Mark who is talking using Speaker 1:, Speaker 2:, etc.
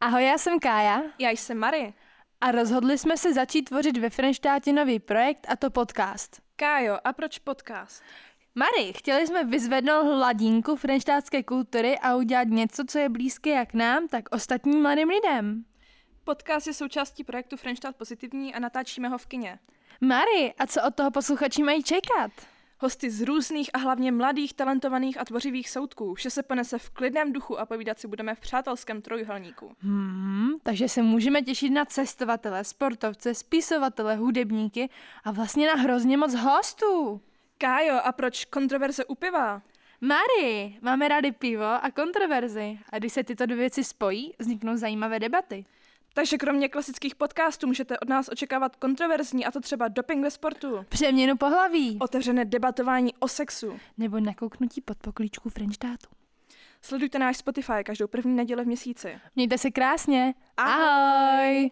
Speaker 1: Ahoj, já jsem Kája
Speaker 2: Já jsem Marie.
Speaker 1: a rozhodli jsme se začít tvořit ve Frenštátě nový projekt a to podcast.
Speaker 2: Kájo, a proč podcast?
Speaker 1: Mary, chtěli jsme vyzvednout hladínku frenštátské kultury a udělat něco, co je blízké jak nám, tak ostatním mladým lidem.
Speaker 2: Podcast je součástí projektu Frenštát pozitivní a natáčíme ho v kině.
Speaker 1: Mary, a co od toho posluchači mají čekat?
Speaker 2: Hosty z různých a hlavně mladých, talentovaných a tvořivých soudků. Vše se ponese v klidném duchu a povídat si budeme v přátelském trojuhelníku.
Speaker 1: Hmm, takže se můžeme těšit na cestovatele, sportovce, spisovatele, hudebníky a vlastně na hrozně moc hostů.
Speaker 2: Kájo, a proč kontroverze u piva?
Speaker 1: Mary, máme rádi pivo a kontroverzi. A když se tyto dvě věci spojí, vzniknou zajímavé debaty.
Speaker 2: Takže kromě klasických podcastů můžete od nás očekávat kontroverzní, a to třeba doping ve sportu,
Speaker 1: Přeměnu pohlaví.
Speaker 2: otevřené debatování o sexu.
Speaker 1: Nebo nakouknutí pod poklíčku Frenštátu.
Speaker 2: Sledujte náš Spotify každou první neděli v měsíci.
Speaker 1: Mějte se krásně.
Speaker 2: Ahoj.
Speaker 1: Ahoj.